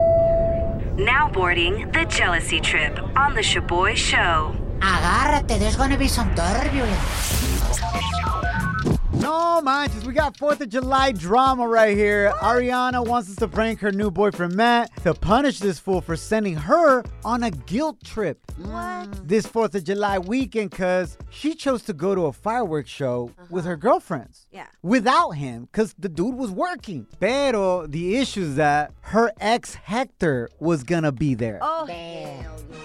Now boarding the jealousy trip on the Shaboy Show. Agárrate, there's gonna be some turbulence. No manches, we got 4th of July drama right here. Ariana wants us to prank her new boyfriend Matt to punish this fool for sending her on a guilt trip. What? This 4th of July weekend cuz she chose to go to a fireworks show with her girlfriends. Uh-huh. Yeah. Without him cuz the dude was working. Pero the issue is that her ex Hector was going to be there. Oh.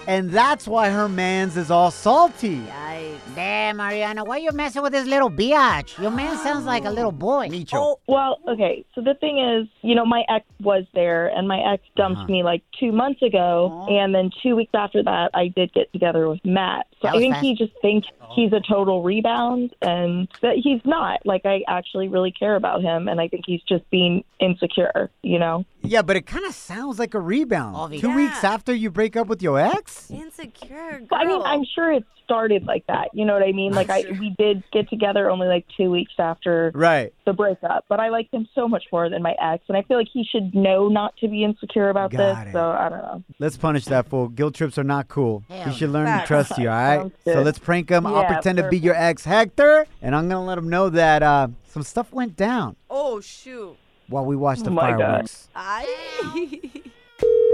And that's why her mans is all salty. Yikes. Damn, Mariana, why you messing with this little biatch? Your man sounds like a little boy. Micho. Oh, Well, okay. So the thing is, you know, my ex was there, and my ex dumped me like two months ago, and then two weeks after that, I did get together with Matt. So That I was think fast. he just thinks he's a total rebound, and that he's not. Like I actually really care about him, and I think he's just being insecure. You know? Yeah, but it kind of sounds like a rebound. Obvio. Two weeks after you break up with your ex? Insecure girl. But I mean, I'm sure it started like that. You know what I mean? Like I, we did get together only like two weeks after Right. the breakup, but I liked him so much more than my ex, and I feel like he should know not to be insecure about Got this. it. So I don't know. Let's punish that fool. Guilt trips are not cool. Hell he should learn to trust you, all right? Sounds good. So let's prank him. I'll Yeah, pretend to be your ex, Hector, and I'm going to let him know that uh, some stuff went down oh, shoot. while we watched the Oh my God. fireworks. I.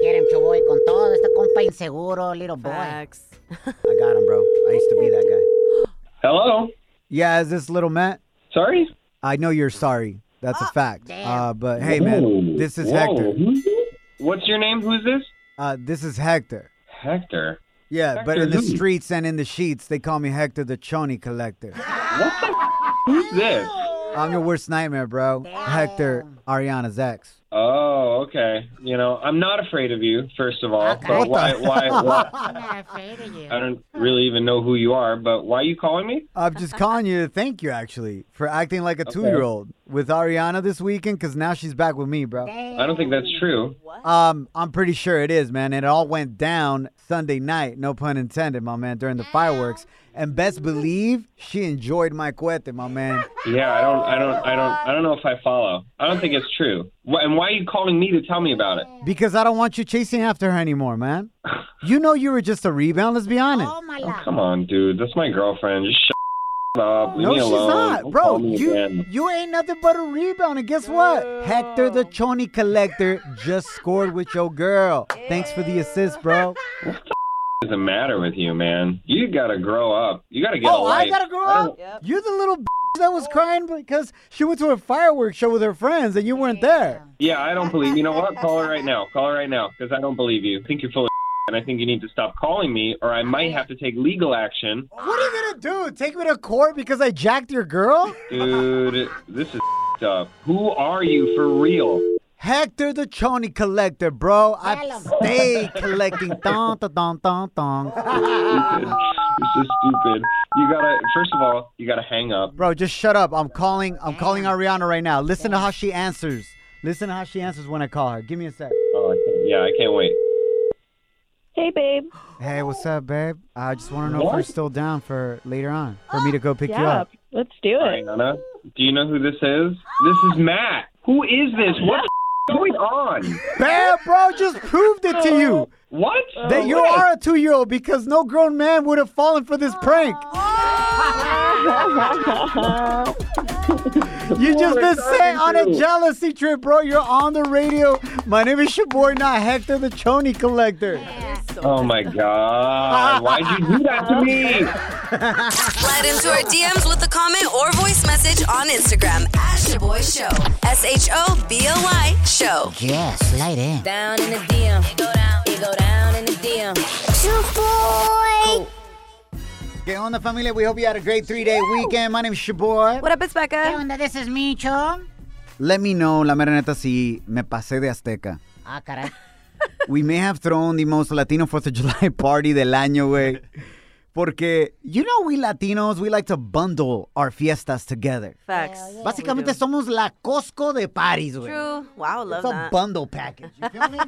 Get him, Choboy, con todo este compa inseguro, little boy. Facts. I got him, bro. I used to be that guy. Hello. Yeah, is this little Matt? Sorry. I know you're sorry. That's a fact. Uh, but hey, man, Whoa. this is Whoa. Hector. Who's this? What's your name? Who's this? Uh, this is Hector. Hector. Yeah, but in the Hector who? streets and in the sheets, they call me Hector the Chony Collector. Who's this? I'm your worst nightmare, bro. Hector, Ariana's ex. Oh, okay. You know, I'm not afraid of you, first of all. But why, why, why? I'm not afraid of you. I don't really even know who you are, but why are you calling me? I'm just calling you to thank you, actually, for acting like a two year old with Ariana this weekend because now she's back with me, bro. I don't think that's true. Um, I'm pretty sure it is, man. It all went down Sunday night, no pun intended, my man, during the fireworks. And best believe she enjoyed my cuete, my man. Yeah, I don't, I don't, I don't, I don't know if I follow. I don't think it's true. Wh- And why are you calling me to tell me about it? Because I don't want you chasing after her anymore, man. You know you were just a rebound, let's be honest. Tómala. Come on, dude. That's my girlfriend. Just shut up. Leave No, me she's alone. not, Don't bro. call me You again. you ain't nothing but a rebound, and guess what? Hector the Chony Collector just scored with your girl. Thanks for the assist, bro. What is the matter with you, man? You gotta grow up. You gotta get a oh, life. I gotta grow I don't- up. You're the little b- that was crying because she went to a fireworks show with her friends and you weren't there. Yeah, I don't believe. You know what? Call her right now. Call her right now because I don't believe you. I think you're full of and I think you need to stop calling me, or I might have to take legal action. What are you gonna do? Take me to court because I jacked your girl? Dude, this is up. Who are you for real? Hector the Chony Collector, bro. I Tell 'em. stay collecting. Dun, dun, dun, dun, dun. Stupid. This is stupid. You gotta. First of all, you gotta hang up. Bro, just shut up. I'm calling. I'm calling Ariana right now. Listen to how she answers. Listen to how she answers when I call her. Give me a sec. Oh, I can't, yeah, I can't wait. Hey, babe. Hey, what's up, babe? I just want to know if What? you're still down for later on for me to go pick you Yeah, up. let's do All right, it. Anna, do you know who this is? This is Matt. Who is this? What's going on? Bam, bro, just proved it to you What? that you are a two-year-old because no grown man would have fallen for this prank. You just been set on a jealousy trip, bro. You're on the radio. My name is your boy, not Hector the Chony Collector. Oh my God! Why'd you do that to me? Slide into our DMs with a comment or voice message on Instagram at Shaboy Show. S H O B O Y Show. Yes, slide in. Down in the DM. It go down. It go down in the DM. ¿Qué onda, familia? We hope you had a great three-day weekend. My name is your boy. What up? It's Becca. ¿Qué onda? This is Micho. Let me know, la mera neta, si me pasé de Azteca. Ah, caray. We may have thrown the most Latino Fourth of July party del año, güey. Porque, you know, we Latinos, we like to bundle our fiestas together. Facts. Básicamente somos la Costco de Paris, güey. True. Wow, love It's a that. bundle package. You feel me?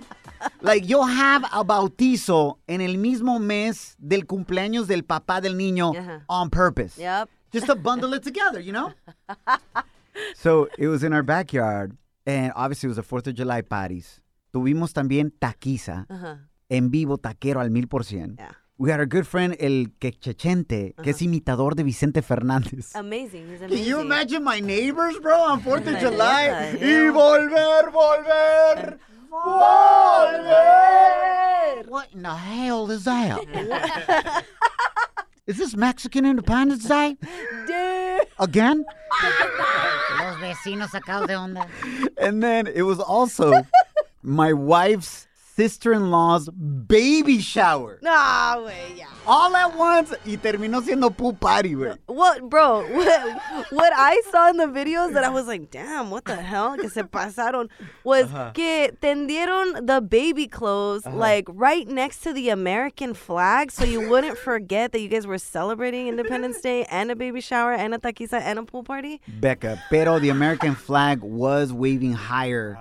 like you'll have a bautizo en el mismo mes del cumpleaños del papá del niño Ajá. on purpose. Yep. Just to bundle it together, you know? so it was in our backyard, and obviously it was the 4th of July parties. Tuvimos también taquiza, Uh-huh. en vivo, taquero al mil por cien. Yeah. We had our good friend, El Quechechente, que es imitador de Vicente Fernández. Amazing. He's amazing. Can you imagine my neighbors, bro, on 4th of Like, July? what the Y hell? volver, volver, volver. What in the hell is that? is this Mexican Independence Day? Again? Los vecinos sacados de onda. And then it was also my wife's sister in law's baby shower. Nah, way, yeah. All at once, y terminó siendo pool party, güey. What, bro? What, what I saw in the videos that I was like, damn, what the hell? Que se pasaron was Uh-huh. que tendieron the baby clothes like right next to the American flag, so you wouldn't forget that you guys were celebrating Independence Day and a baby shower and a taquiza and a pool party. Becca, pero the American flag was waving higher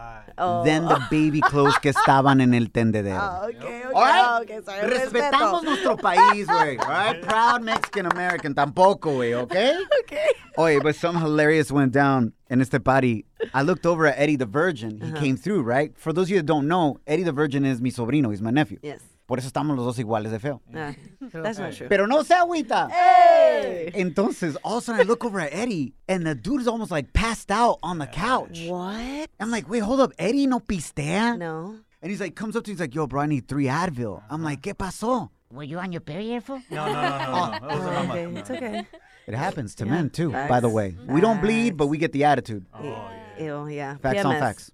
than the baby clothes que estaban en el tendedero. Oh, Okay, okay, All right. okay, sorry. Respetamos nuestro país, güey. All right? Proud Mexican American. Tampoco, güey, okay? Okay. Oye, but something hilarious went down in este party. I looked over at Eddie the Virgin. He came through, right? For those of you that don't know, Eddie the Virgin is mi sobrino. He's my nephew. Yes. Por eso estamos los dos iguales de feo. Nah, that's not true. Pero no se agüita. Eh. Hey! Entonces, all of a sudden, I look over at Eddie, and the dude is almost like passed out on the couch. What? I'm like, wait, hold up, Eddie no pistea? No. And he's like, comes up to me, he's like, yo, bro, I need three Advil. I'm like, ¿qué pasó? Were you on your period, fool? No, no, no, no, no. That wasn't on my- Uh, Okay, it's okay. It happens to men too, by the way. We don't bleed, but we get the attitude. Ew, Oh, yeah. Facts on PMS. facts.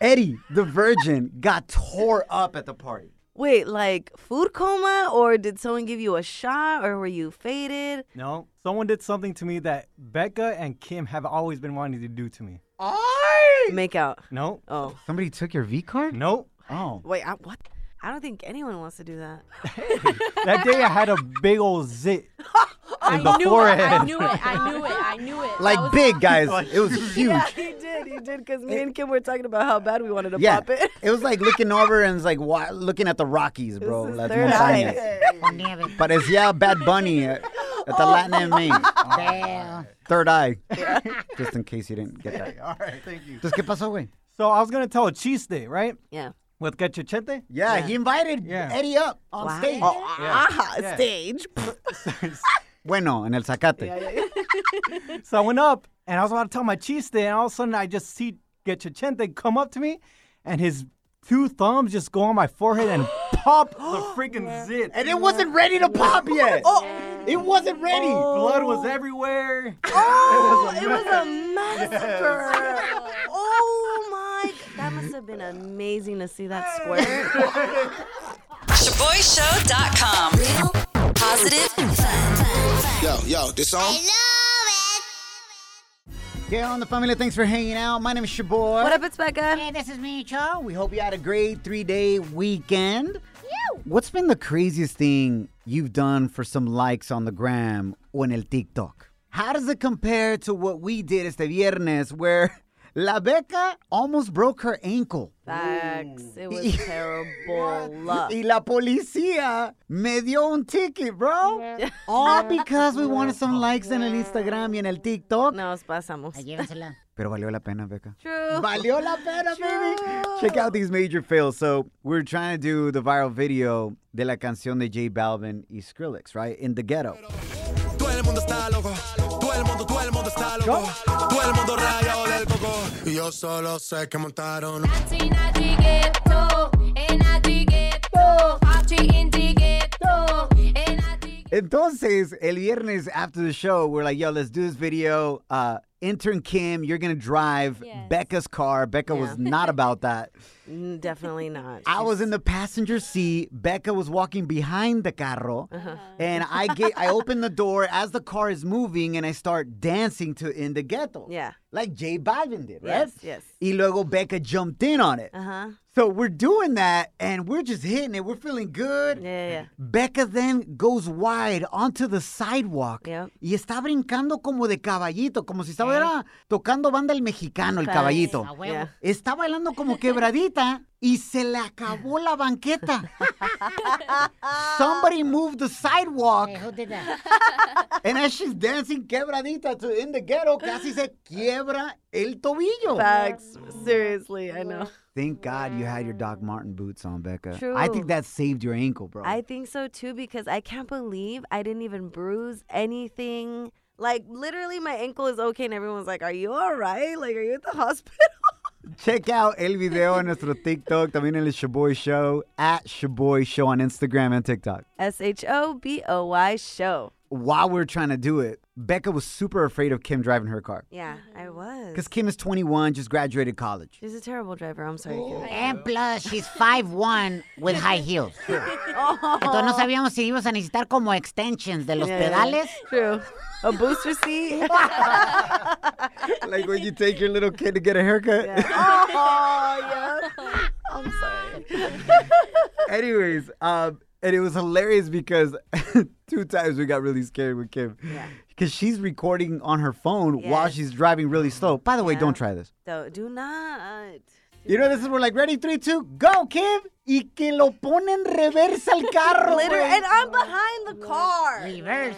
Eddie, the virgin, got tore up at the party. Wait, like food coma, or did someone give you a shot, or were you faded? No, someone did something to me that Becca and Kim have always been wanting to do to me. Make out. No, Oh, Somebody took your V card? no. Oh. wait, I, what? I don't think anyone wants to do that. That day I had a big old zit in the I knew forehead. it. I knew it. I knew it. I knew it. Like big, guys. It was huge. Yeah, he did. He did. Because me and Kim were talking about how bad we wanted to Yeah. pop it. It was like looking over and it's like wa- looking at the Rockies, bro. His Las third montañas. eye. Con nieve. Parecía Bad Bunny at, at the Latin and me. Damn. Third eye. Just in case you didn't get that. All right, thank you. Just ¿qué pasó, güey? So I was gonna tell a cheese day, right? Yeah. With cachechete. Yeah, he invited Yeah. Eddie up on Wow. stage. Oh, aha, Yeah. stage. Bueno, en el Zacate. So I went up and I was about to tell my cheese day, and all of a sudden I just see cachechete come up to me, and his two thumbs just go on my forehead and pop the freaking zit. And it wasn't ready to pop yet. Oh, It wasn't ready. Blood was everywhere. Oh, it was a massacre. Oh my! g- That must have been amazing to see that squirt. ShaboyShow.com. Real, positive, fun. Yo, yo, this song? Get on the family. Thanks for hanging out. My name is Shaboy. What up, it's Becca. Hey, this is me, Cho. We hope you had a great three day weekend. What's been the craziest thing you've done for some likes on the gram or in el TikTok? How does it compare to what we did este viernes where La Beca almost broke her ankle? Facts. It was terrible luck. Y la policía me dio un ticket, bro. All because we wanted some likes en el Instagram y en el TikTok. Nos pasamos. Llévensela. Pero valió la pena, Beca. True. Valió la pena, baby. Check out these major fails. So we're trying to do the viral video de la canción de J Balvin y Skrillex, right? In the ghetto. Todo el mundo está loco. Todo el mundo, todo el mundo está loco. Todo el mundo rayado del coco. Y yo solo sé que montaron. Entonces, el viernes after the show, we're like, yo, let's do this video. Uh, intern Kim, you're going to drive Becca's car. Becca was not about that. Mm, Definitely not. I was in the passenger seat. Becca was walking behind the carro, Uh-huh. and I get I open the door as the car is moving, and I start dancing to "In the Ghetto." Yeah. like Jay Balvin did, right? Yes, yes. Y luego Becca jumped in on it. Uh huh. So we're doing that, and we're just hitting it. We're feeling good. Yeah, yeah, yeah. Becca then goes wide onto the sidewalk Yep. y está brincando como de caballito, como si estaba era tocando banda el mexicano, el caballito. Yeah. Está bailando como quebradita y se le acabó la banqueta. Somebody moved the sidewalk Hey, who did that? and as she's dancing quebradita to in the ghetto, casi se quiebra el Oh. tobillo. Facts. Seriously, I know. Thank God you had your Doc Martin boots on, Becca. I think True. that saved your ankle, bro. I think so too because I can't believe I didn't even bruise anything. Like literally, my ankle is okay, and everyone's like, "Are you all right? Like, are you at the hospital?" Check out el video en nuestro TikTok, también en el Shaboy Show, at Shaboy Show on Instagram and TikTok. S H O B O Y show. While we we're trying to do it, Becca was super afraid of Kim driving her car. Yeah, I was. Because Kim is 21, just graduated college. She's a terrible driver. I'm sorry. Kim. And plus, she's 5'1 with high heels. Entonces no sabíamos si íbamos a necesitar como extensions de los Yeah, yeah, yeah. pedales. True. A booster seat. like when you take your little kid to get a haircut. oh yeah. I'm sorry. Anyways, um, and it was hilarious because two times we got really scared with Kim. Yeah. Because she's recording on her phone while Yes. she's driving really slow. By the way, don't try this. So do not. You know, this is we're like, ready, three, two, go, Kim. Y que lo ponen reversa al carro. Liter- güey. and I'm behind the car. Reverse.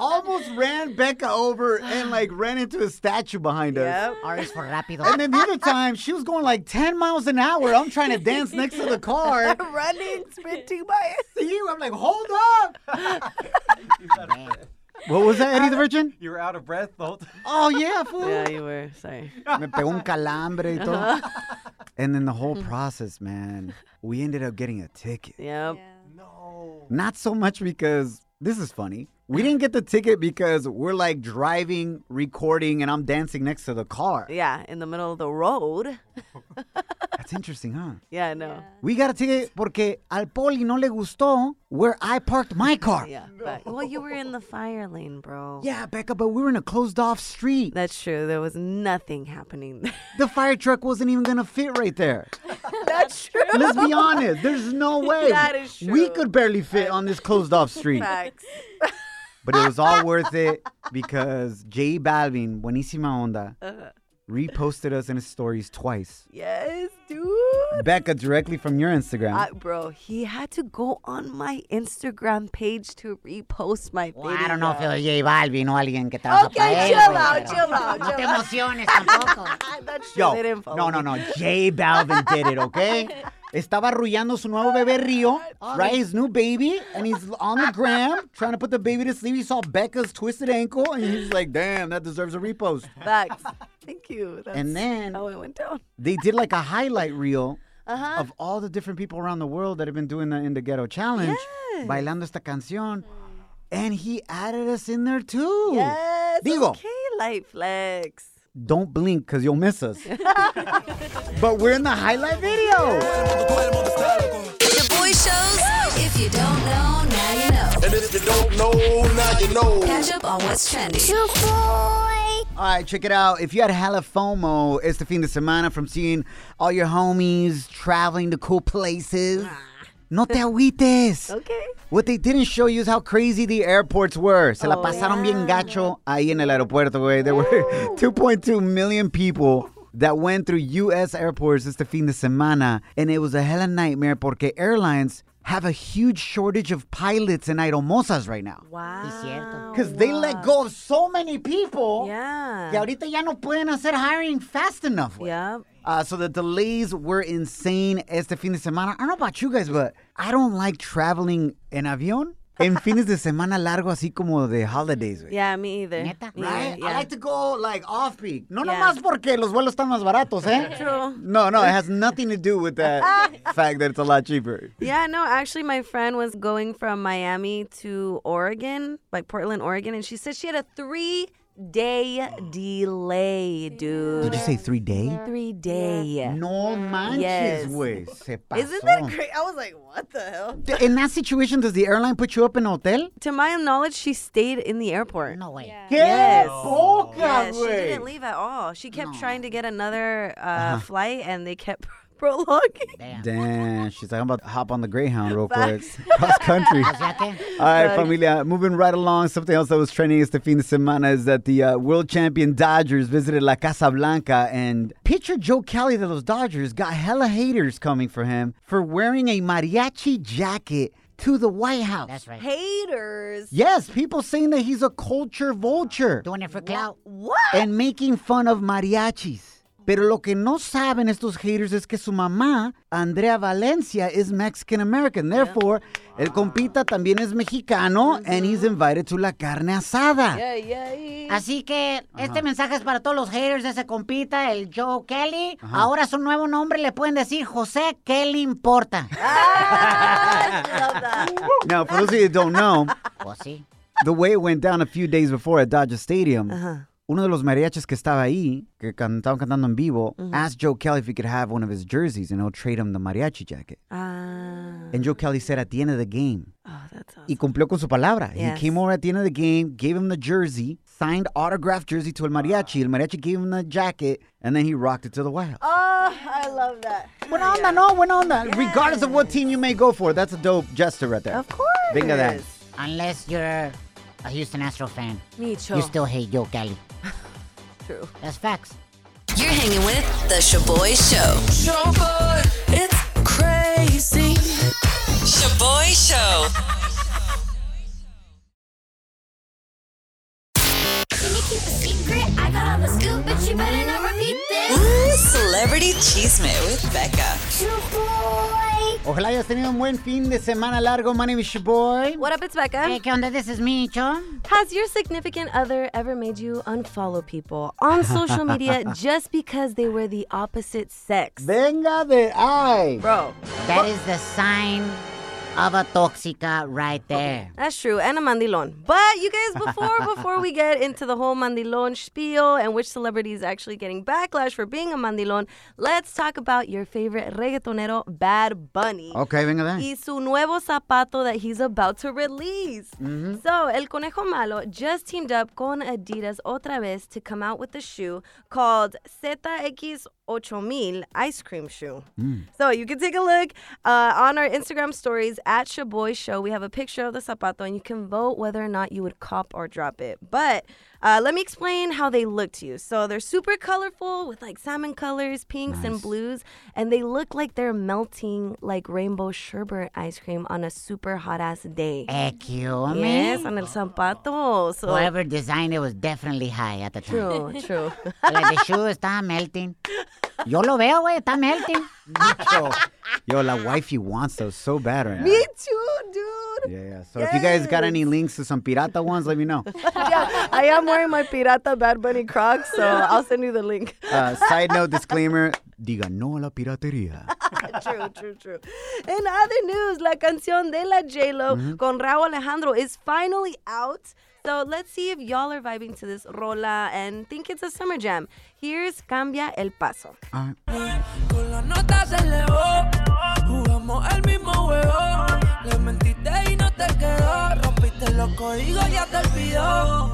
Almost ran Becca over and like ran into a statue behind us. Yep. R is for rápido. And then the other time, she was going like 10 miles an hour. I'm trying to dance next to the car. Running, sprinting by it. See you. I'm like, hold up. what was that, Eddie the Virgin? You were out of breath the whole time. Oh, yeah, fool. you were. Sorry. Me pegó un calambre y todo. Uh-huh. And then the whole process, man, we ended up getting a ticket. Yep. Not so much because this is funny. We didn't get the ticket because we're like driving, recording, and I'm dancing next to the car. Yeah, in the middle of the road. That's interesting, huh? Yeah, I know. We got a ticket porque al poli no le gustó where I parked my car. Yeah. but- well, you were in the fire lane, bro. Yeah, Becca, but we were in a closed off street. That's true. There was nothing happening. The fire truck wasn't even gonna fit right there. That's true. Let's be honest. There's no way. That is We true. could barely fit on this closed off street. Facts. But it was all worth it because J Balvin, Buenísima Onda, Uh-huh. reposted us in his stories twice. Yes, dude. Becca, directly from your Instagram. I, bro, he had to go on my Instagram page to repost my Well, video. I don't know if it was J Balvin o alguien que trabaja Okay, para él. chill güey, out, pero chill out, No te chill out. emociones tampoco. Ah, That's true. Yo, they didn't follow no, no, me. no. J Balvin did it, okay? Estaba arrullando su nuevo bebé Rio, right? His new baby, and he's on the gram trying to put the baby to sleep. He saw Becca's twisted ankle, and he's like, damn, that deserves a repost. Facts. Thank you. That's And then- how it went down. They did like a highlight reel Uh-huh. of all the different people around the world that have been doing the In the Ghetto Challenge, bailando esta Mm. canción. And he added us in there too. Yes. Digo. Okay, light flex. Don't blink because you'll miss us. but we're in the highlight video. Todo el mundo está loco. The boy shows. If you don't know, now you know. And if you don't know, now you know. Catch up on what's trending. All right, check it out. If you had hella FOMO, it's the fin de semana from seeing all your homies traveling to cool places. No te agüites. Okay. What they didn't show you is how crazy the airports were. Se la Oh, pasaron bien gacho ahí en el aeropuerto, güey. There were 2.2 million people that went through U.S. airports este fin de semana, and it was a hella nightmare porque airlines have a huge shortage of pilots and aeromosas right now. Wow. cierto. Because they let go of so many people. Yeah. Que ahorita ya no pueden hacer hiring fast enough. güey. Yeah. Uh, so the delays were insane este fin de semana. I don't know about you guys, but I don't like traveling en avión en fines de semana largo, así como de holidays, güey. Yeah, me either. Neta? Me Right? either, I yeah. like to go like off peak. No, Yeah. nomás porque los vuelos están más baratos, eh? True. No, no, it has nothing to do with that fact that it's a lot cheaper. Yeah, no, actually, my friend was going from Miami to Oregon, like Portland, Oregon, and she said she had a three day delay, dude. Did you say three day? Three day. No Manches, Yes. güey. Se pasó. Isn't that crazy? I was like, what the hell? D- In that situation, does the airline put you up in a hotel? To my knowledge, she stayed in the airport. No way. ¡Qué Yes. poca, Yeah, she güey! didn't leave at all. She kept trying to get another uh, flight, and they kept prolonging. Damn, she's like, I'm about to hop on the Greyhound real quick. Cross country. O sea que, All right, familia, moving right along. Something else that was trending este fin de semana is that the uh, world champion Dodgers visited La Casa Blanca, and pitcher Joe Kelly of those Dodgers got hella haters coming for him for wearing a mariachi jacket to the White House. that's right. Haters. Yes, people saying that he's a culture vulture Doing it for clout. What? and making fun of mariachis. Pero lo que no saben estos haters es que su mamá, Andrea Valencia, is Mexican American. Therefore, el compita también es mexicano and he's invited to la carne asada. Así que este mensaje es para todos los haters de ese compita, el Joe Kelly. Ahora su nuevo nombre le pueden decir José, ¿qué le importa? Ah. Now, for those of you that don't know, Pues sí. the way it went down a few days before at Dodger Stadium, uno de los mariachis que estaba ahí, que can- estaban cantando en vivo, asked Joe Kelly if he could have one of his jerseys and he'll trade him the mariachi jacket. Ah, And Joe Kelly said at the end of the game, oh, that's awesome. y cumplió con su palabra. Yes. He came over at the end of the game, gave him the jersey, signed autographed jersey to el mariachi. El mariachi gave him the jacket, and then he rocked it to the White House. Oh, I love that. Buena onda, no, buena onda. Regardless of what team you may go for, that's a dope gesture right there. Of course. Venga de ahí. Unless you're a Houston Astro fan, Micho. you still hate Joe Kelly. True. That's facts. You're hanging with The Shaboy Show. Shaboy, it's crazy. Shaboy Show. Ooh, Celebrity Cheesemate with Becca. Ojalá hayas tenido un buen fin de semana largo, my name is your boy. What up, it's Becca. Hey, ¿qué onda? This is me, Cho. Has your significant other ever made you unfollow people on social media just because they were the opposite sex? Venga de ay. Bro, That is the sign of a toxica right there. that's true, and a mandilon. But you guys, before before we get into the whole mandilon spiel and which celebrity is actually getting backlash for being a mandilon, let's talk about your favorite reggaetonero, Bad Bunny. Okay, venga de ahí. y su nuevo zapato that he's about to release. So, El Conejo Malo just teamed up con Adidas otra vez to come out with a shoe called ZX 8000 Ice Cream Shoe. So, you can take a look uh, on our Instagram stories at Shaboy Show. We have a picture of the zapato and you can vote whether or not you would cop or drop it. But uh, let me explain how they look to you. So, they're super colorful with like salmon colors, pinks, and blues, and they look like they're melting like rainbow sherbet ice cream on a super hot ass day. Excuse me. Yes, on el zapato. So Whoever designed it was definitely high at the time. true, true. Like the shoe está melting. Yo lo veo, güey, está melting. Yo, yo, la wifey wants those so bad right now. Me too, dude. Yeah, yeah. So if you guys got any links to some pirata ones, let me know. Yeah, I am wearing my pirata Bad Bunny Crocs, so I'll send you the link. Uh, side note disclaimer: Diga no a la piratería. true, true, true. In other news, la canción de la J-Lo con Raúl Alejandro is finally out. So let's see if y'all are vibing to this rola and think it's a summer jam. Here's Cambia el Paso. All right. Con la nota se elevó, jugamos el mismo juego. Le mentiste y no te quedó, rompiste los códigos ya te olvidó.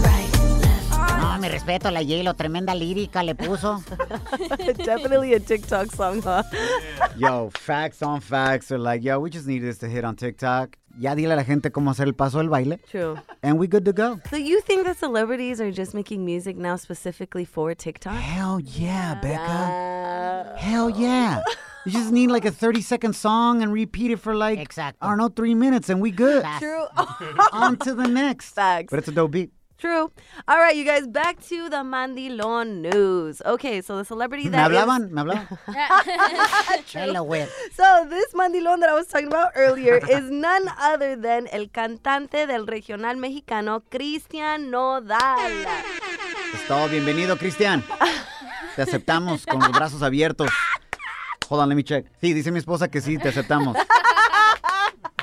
No, mi respeto, la J-Lo, tremenda lírica le puso. Definitely a TikTok song, huh? Yo, facts on facts are like, yo, we just need this to hit on TikTok. Ya dile a la gente cómo hacer el paso del baile, True. and we good to go. So you think that celebrities are just making music now specifically for TikTok? Uh, Hell yeah, Becca. Hell yeah. You just need like a 30 second song and repeat it for like, Exacto. I don't know, three minutes, and we good. True. on to the next. Facts. But it's a dope beat. True. All right, you guys, back to the Mandilon news. Okay, so the celebrity Me that is- hablaban, me hablaban. Hello, güey. So this mandilón that I was talking about earlier is none other than el cantante del regional mexicano Cristian Nodal. Está bienvenido, Cristian. Te aceptamos con los brazos abiertos. Hold on, let me check. Sí, dice mi esposa que sí, te aceptamos.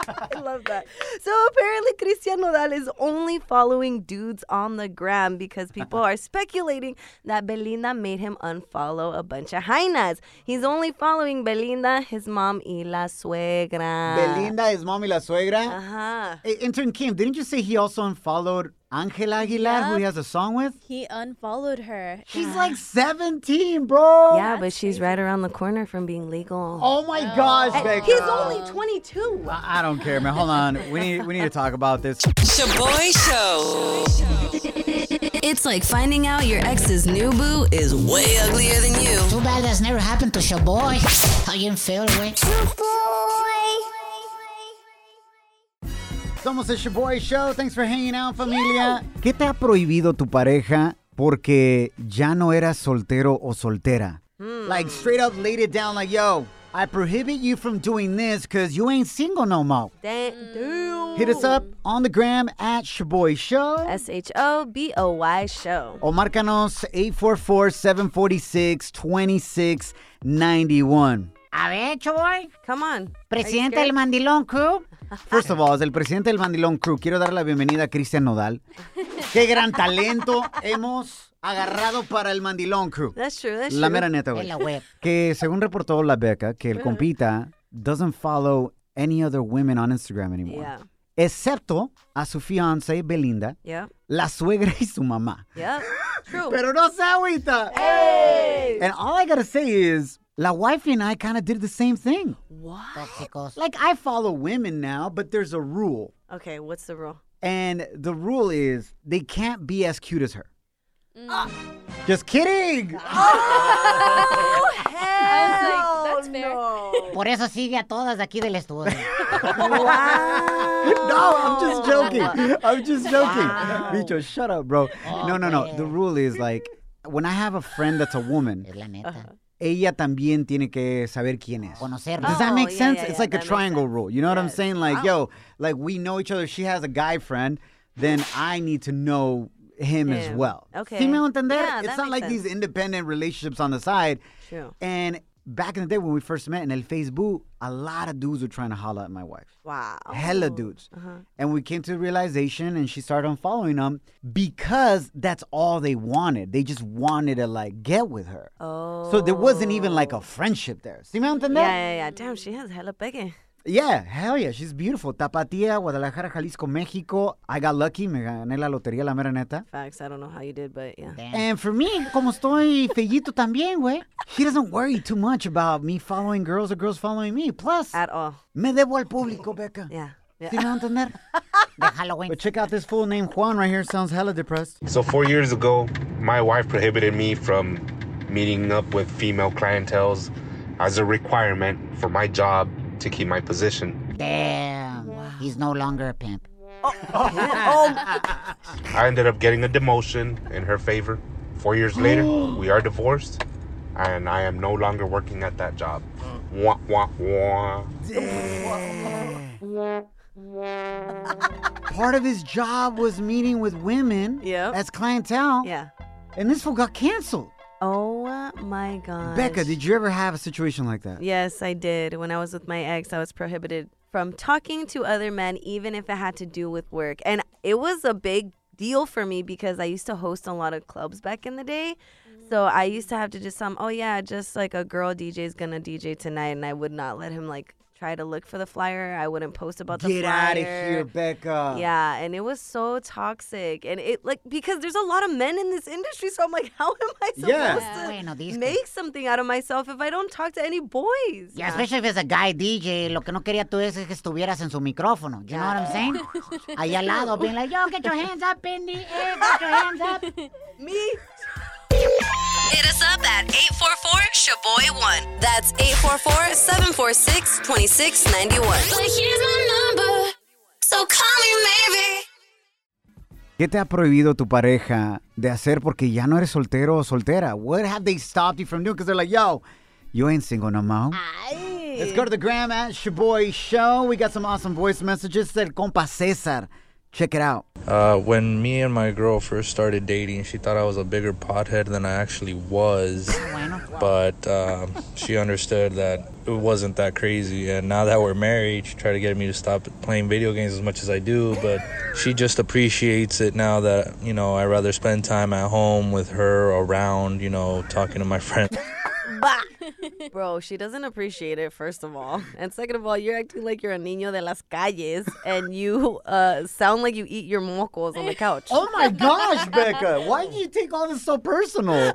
I love that. So apparently, Cristian Nodal is only following dudes on the gram because people are speculating that Belinda made him unfollow a bunch of hyenas. He's only following Belinda, his mom, y la suegra. Belinda is mommy la suegra. Uh-huh. Hey, Intern Kim, didn't you say he also unfollowed Angela Aguilar, who he has a song with? He unfollowed her. She's like 17, bro. Yeah, but she's right around the corner from being legal. Oh my gosh, Becca. Eh, He's only 22. I don't care, man. Hold on. We need we need to talk about this. Shaboy Show. It's like finding out your ex's new boo is way uglier than you. Too bad that's never happened to your boy. How you feel, güey? Somos el Shaboy Show. Thanks for hanging out, familia. ¿Qué te ha prohibido tu pareja porque ya no eras soltero o soltera? Hmm. Like straight up laid it down like, yo, I prohibit you from doing this because you ain't single no more. Hit us up on the gram at Shaboy Show. S H O B O Y Show. O márcanos 844-746-2691. A ver, Choboy. Come on. Presidente del Mandilón Crew. First of all, es el presidente del Bandilón Crew. Quiero dar la bienvenida a Cristian Nodal. Qué gran talento hemos agarrado para el Mandilón Crew. That's true. That's La true. mera neta, güey. En la web. Que según reportó la beca, que el compita doesn't follow any other women on Instagram anymore. Yeah. Excepto a su fiancée Belinda, Yeah. la suegra y su mamá. Yep. True. Pero no se agüita. And all I gotta say is, la wife and I kind of did the same thing. Tóxicos. Like I follow women now, but there's a rule. Okay, what's the rule? And the rule is they can't be as cute as her. Just kidding. Por eso sigue a todas de aquí del estudio. No, I'm just joking. I'm just joking. Bicho, shut up, bro. no, no, no. The rule is like when I have a friend that's a woman, La neta. ella también tiene que saber quién es. Conocerla. Does that make Oh, yeah, sense? yeah, it's yeah, like a that makes Oh. triangle rule. You know what I'm saying? Like, yo, like we know each other. She has a guy friend, then I need to know him as Him. well. Okay. ¿Sí me hago entender? Yeah, it's that not makes like these independent relationships on the side. True. And back in the day when we first met in El Facebook, a lot of dudes were trying to holla at my wife. Wow. Hella dudes. uh-huh. And we came to the realization and she started unfollowing them because that's all they wanted. They just wanted to like get with her. Oh. So there wasn't even like a friendship there. ¿Sí me hago entender? Yeah, yeah, yeah. Damn, she has hella begging. Yeah, hell yeah, she's beautiful. Tapatía, Guadalajara, Jalisco, Mexico. I got lucky, me gané la lotería, la mera neta. Facts. I don't know how you did, but yeah. And for me, como estoy fellito también, güey, she doesn't worry too much about me following girls or girls following me. Plus, At all. me debo al público, Becca. Ah. Yeah. Yeah. ¿Sí me va a entender? De Halloween. But check out this fool named Juan right here. Sounds hella depressed. So four years ago, my wife prohibited me from meeting up with female clientels as a requirement for my job to keep my position. Pues, Damn. He's no longer a pimp. I ended up getting a demotion in her favor. Four years later, we are divorced, and I am no longer working at that job. Wah, wah, wah. Part of his job was meeting with women Yep. as clientele, Yeah. and this fool got canceled. Oh my god. Becca, did you ever have a situation like that? Yes, I did. When I was with my ex, I was prohibited from talking to other men, even if it had to do with work. And it was a big deal for me because I used to host a lot of clubs back in the day. So I used to have to just um, oh yeah, just like a girl DJ is gonna DJ tonight, and I would not let him like try to look for the flyer. I wouldn't post about the Get flyer. out of here, Becca. Yeah, and it was so toxic, and it like because there's a lot of men in this industry, so I'm like, how am I supposed Yeah. to Bueno, disco. make something out of myself if I don't talk to any boys? Yeah, especially if it's a guy DJ, lo que no quería tú es que estuvieras en su micrófono. You know what I'm saying? Ahí al lado, being like, yo, get your hands up in the air, get your hands up. Me Hit us up at 844 Shaboy1. That's 844 746 2691. So call me maybe. ¿Qué te ha prohibido tu pareja de hacer porque ya no eres soltero o soltera? What have they stopped you from doing? Because they're like, yo, you ain't single no more. Let's go to the gram at Shaboy Show. We got some awesome voice messages. El compa César Check it out. Uh, when me and my girl first started dating, she thought I was a bigger pothead than I actually was. but um, she understood that it wasn't that crazy. And now that we're married, she tried to get me to stop playing video games as much as I do. But she just appreciates it now that, you know, I rather spend time at home with her around, you know, talking to my friends. Bah. Bro, she doesn't appreciate it, first of all. And second of all, you're acting like you're a niño de las calles and you uh, sound like you eat your mocos on the couch. Oh my gosh, Becca. Why do you take all this so personal?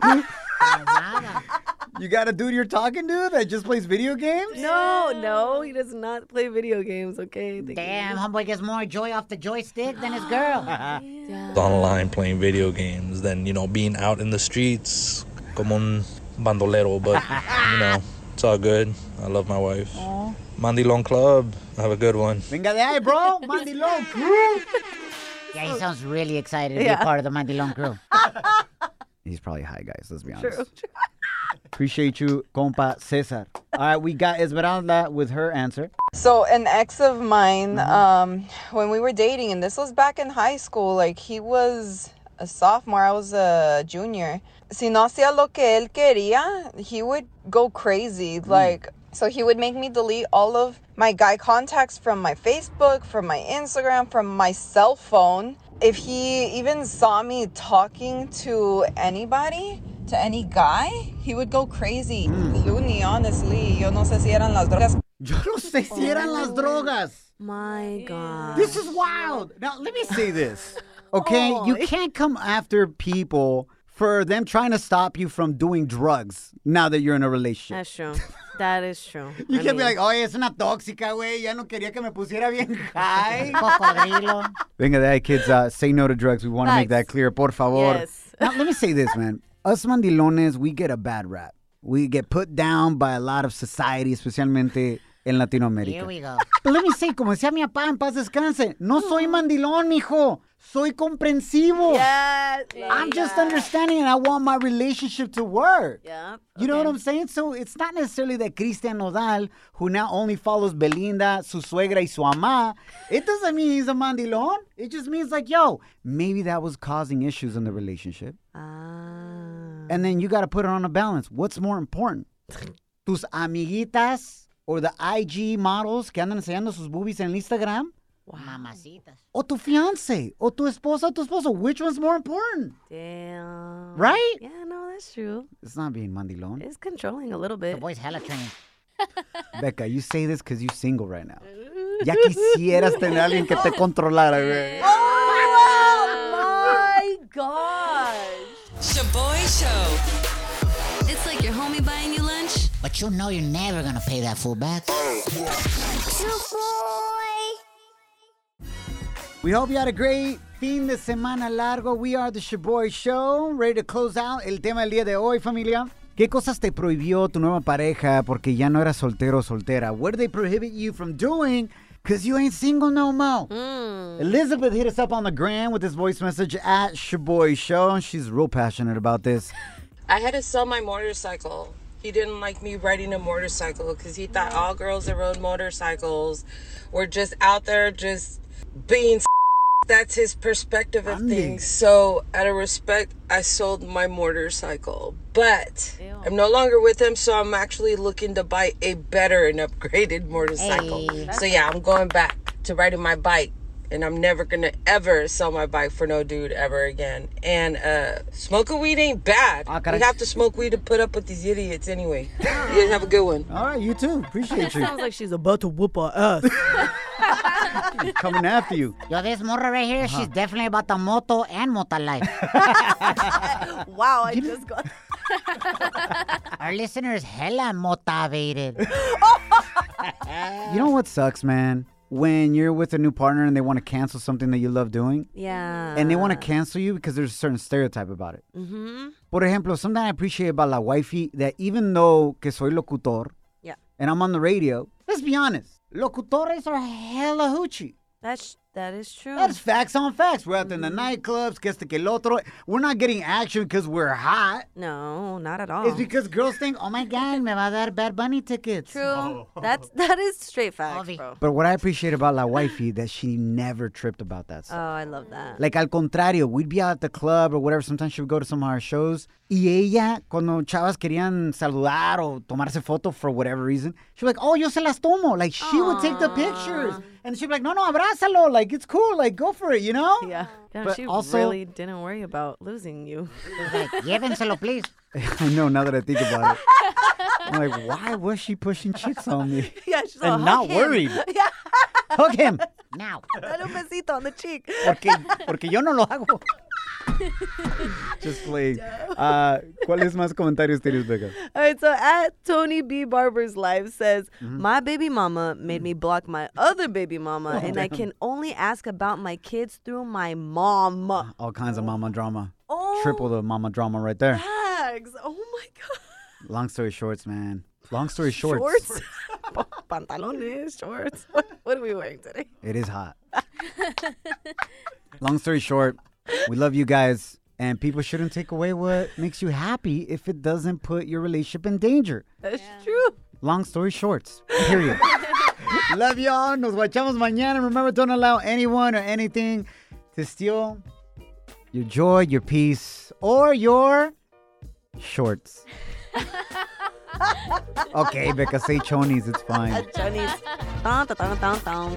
you got a dude you're talking to that just plays video games? No, no, he does not play video games, okay? Thank you. Damn, homeboy gets more joy off the joystick than his girl. online playing video games than, you know, being out in the streets como un bandolero. But, you know, it's all good. I love my wife. Mandilon Club. Have a good one. Venga de ahí, bro. Mandilón crew. Yeah, he sounds really excited to Yeah. be part of the Mandilon crew. He's probably high, guys. Let's be honest. True. Appreciate you, compa Cesar. All right, we got Esmeralda with her answer. So an ex of mine, um, when we were dating, and this was back in high school, like he was a sophomore, I was a junior. Si no hacía lo que él quería, he would go crazy. Like so, he would make me delete all of my guy contacts from my Facebook, from my Instagram, from my cell phone. If he even saw me talking to anybody, to any guy, he would go crazy. Looney, honestly, yo no sé si eran las drogas. Yo no sé Oh, si eran las drogas. My God. This is wild. Now, let me say this. Okay, you can't come after people for them trying to stop you from doing drugs now that you're in a relationship. That's true. That is true. You I can't be mean- like, oye, es una tóxica, güey. Ya no quería que me pusiera bien high. Cocodrilo. Venga, de ahí, kids, uh, say no to drugs. We want to make that clear, por favor. Yes. Now, let me say this, man. Us mandilones, we get a bad rap. We get put down by a lot of society, especialmente en Latinoamérica. Here we go. But let me say, como decía mi papá, en paz descanse, no soy Mm. mandilón, mijo. Soy comprensivo. I'm just understanding and I want my relationship to work. Yeah. You know what I'm saying? So it's not necessarily that Cristian Nodal, who now only follows Belinda, su suegra, y su ama, it doesn't mean he's a mandilón. It just means like, yo, maybe that was causing issues in the relationship. Ah, And then you got to put it on a balance. What's more important? Tus amiguitas or the IG models que andan enseñando sus boobies en el Instagram? Mamacitas. O tu fiance, o tu esposa, tu esposo. Which one's more important? Damn. Right? Yeah, no, that's true. It's not being mandilón. It's controlling a little bit. The boy's hella trained. Becca, you say this because you're single right now. Ya quisieras tener a alguien que te controlara, güey. Oh my gosh. Shaboy Show. It's like your homie buying you lunch. But you know you're never gonna pay that fool back. We hope you had a great fin de semana largo. We are the Shaboy Show. Ready to close out el tema del día de hoy, familia. ¿Qué cosas te prohibió tu nueva pareja porque ya no eras soltero o soltera? What did they prohibit you from doing? Because you ain't single no more. Elizabeth hit us up on the gram with this voice message at Shaboy Show. and She's real passionate about this. I had to sell my motorcycle. He didn't like me riding a motorcycle because he thought all girls that rode motorcycles were just out there just being. That's his perspective of things. So, out of respect, I sold my motorcycle. But I'm no longer with him, so I'm actually looking to buy a better and upgraded motorcycle. Hey. So, yeah, I'm going back to riding my bike. And I'm never gonna ever sell my bike for no dude ever again. And uh, smoking weed ain't bad. caray. We have to smoke weed to put up with these idiots anyway. you guys have a good one. All right, you too. Appreciate you. Sounds like she's about to whoop our ass. Coming after you. Yo, this morra right here, she's definitely about the moto and mota life. wow, I just got. Our listeners hella motivated. You know what sucks, man? When you're with a new partner and they want to cancel something that you love doing, Yeah. and they want to cancel you because there's a certain stereotype about it. Mm-hmm. Por ejemplo, something I appreciate about la wifey that even though que soy locutor Yeah. and I'm on the radio, let's be honest, locutores are hella hoochie. That's That is true. That's facts on facts. We're out there in the Mm-hmm. nightclubs, que este que el otro. We're not getting action because we're hot. No, not at all. It's because girls think, oh my God, me va a dar Bad Bunny tickets. True. That's that is straight facts, bro. But what I appreciate about La Wifey that she never tripped about that Oh, stuff. I love that. Like al contrario, we'd be out at the club or whatever. Sometimes she would go to some of our shows. Y ella, cuando chavas querían saludar o tomarse foto for whatever reason, she'd be like, oh, yo se las tomo. Like she would take the pictures. And she'd be like, no, no, abrázalo. Like it's cool. Like go for it, you know? Yeah. Yeah, But she also- really didn't worry about losing you. Llévenselo, please. I know now that I think about it. I'm like, why was she pushing chicks on me? Yeah, she's all, And not "Hug him." worried. Yeah. Hug him. Now. Dale un besito on the cheek. Porque, porque yo no lo hago. Just playing. Uh, ¿Cuáles más comentarios tienes, Becca? All right, so at Tony B. Barber's Live says, Mhm. My baby mama made me block my other baby mama, Oh, and I damn. can only ask about my kids through my mom. Oh, All kinds of mama drama. Uh-huh. Triple the mama drama right there. Bags. Oh my Long story shorts, man. Long story shorts. shorts. Pantalones, shorts. What, what are we wearing today? It is hot. Long story short, we love you guys, and people shouldn't take away what makes you happy if it doesn't put your relationship in danger. That's true. Long story shorts. Period. Love y'all. Nos guachamos mañana. Remember, don't allow anyone or anything to steal your joy, your peace, or your shorts. Okay, Becca, say chonies. It's fine. Johnny's. Dun, dun, dun, dun, dun.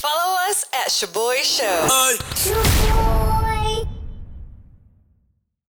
Follow us at Shaboy Show. Hey.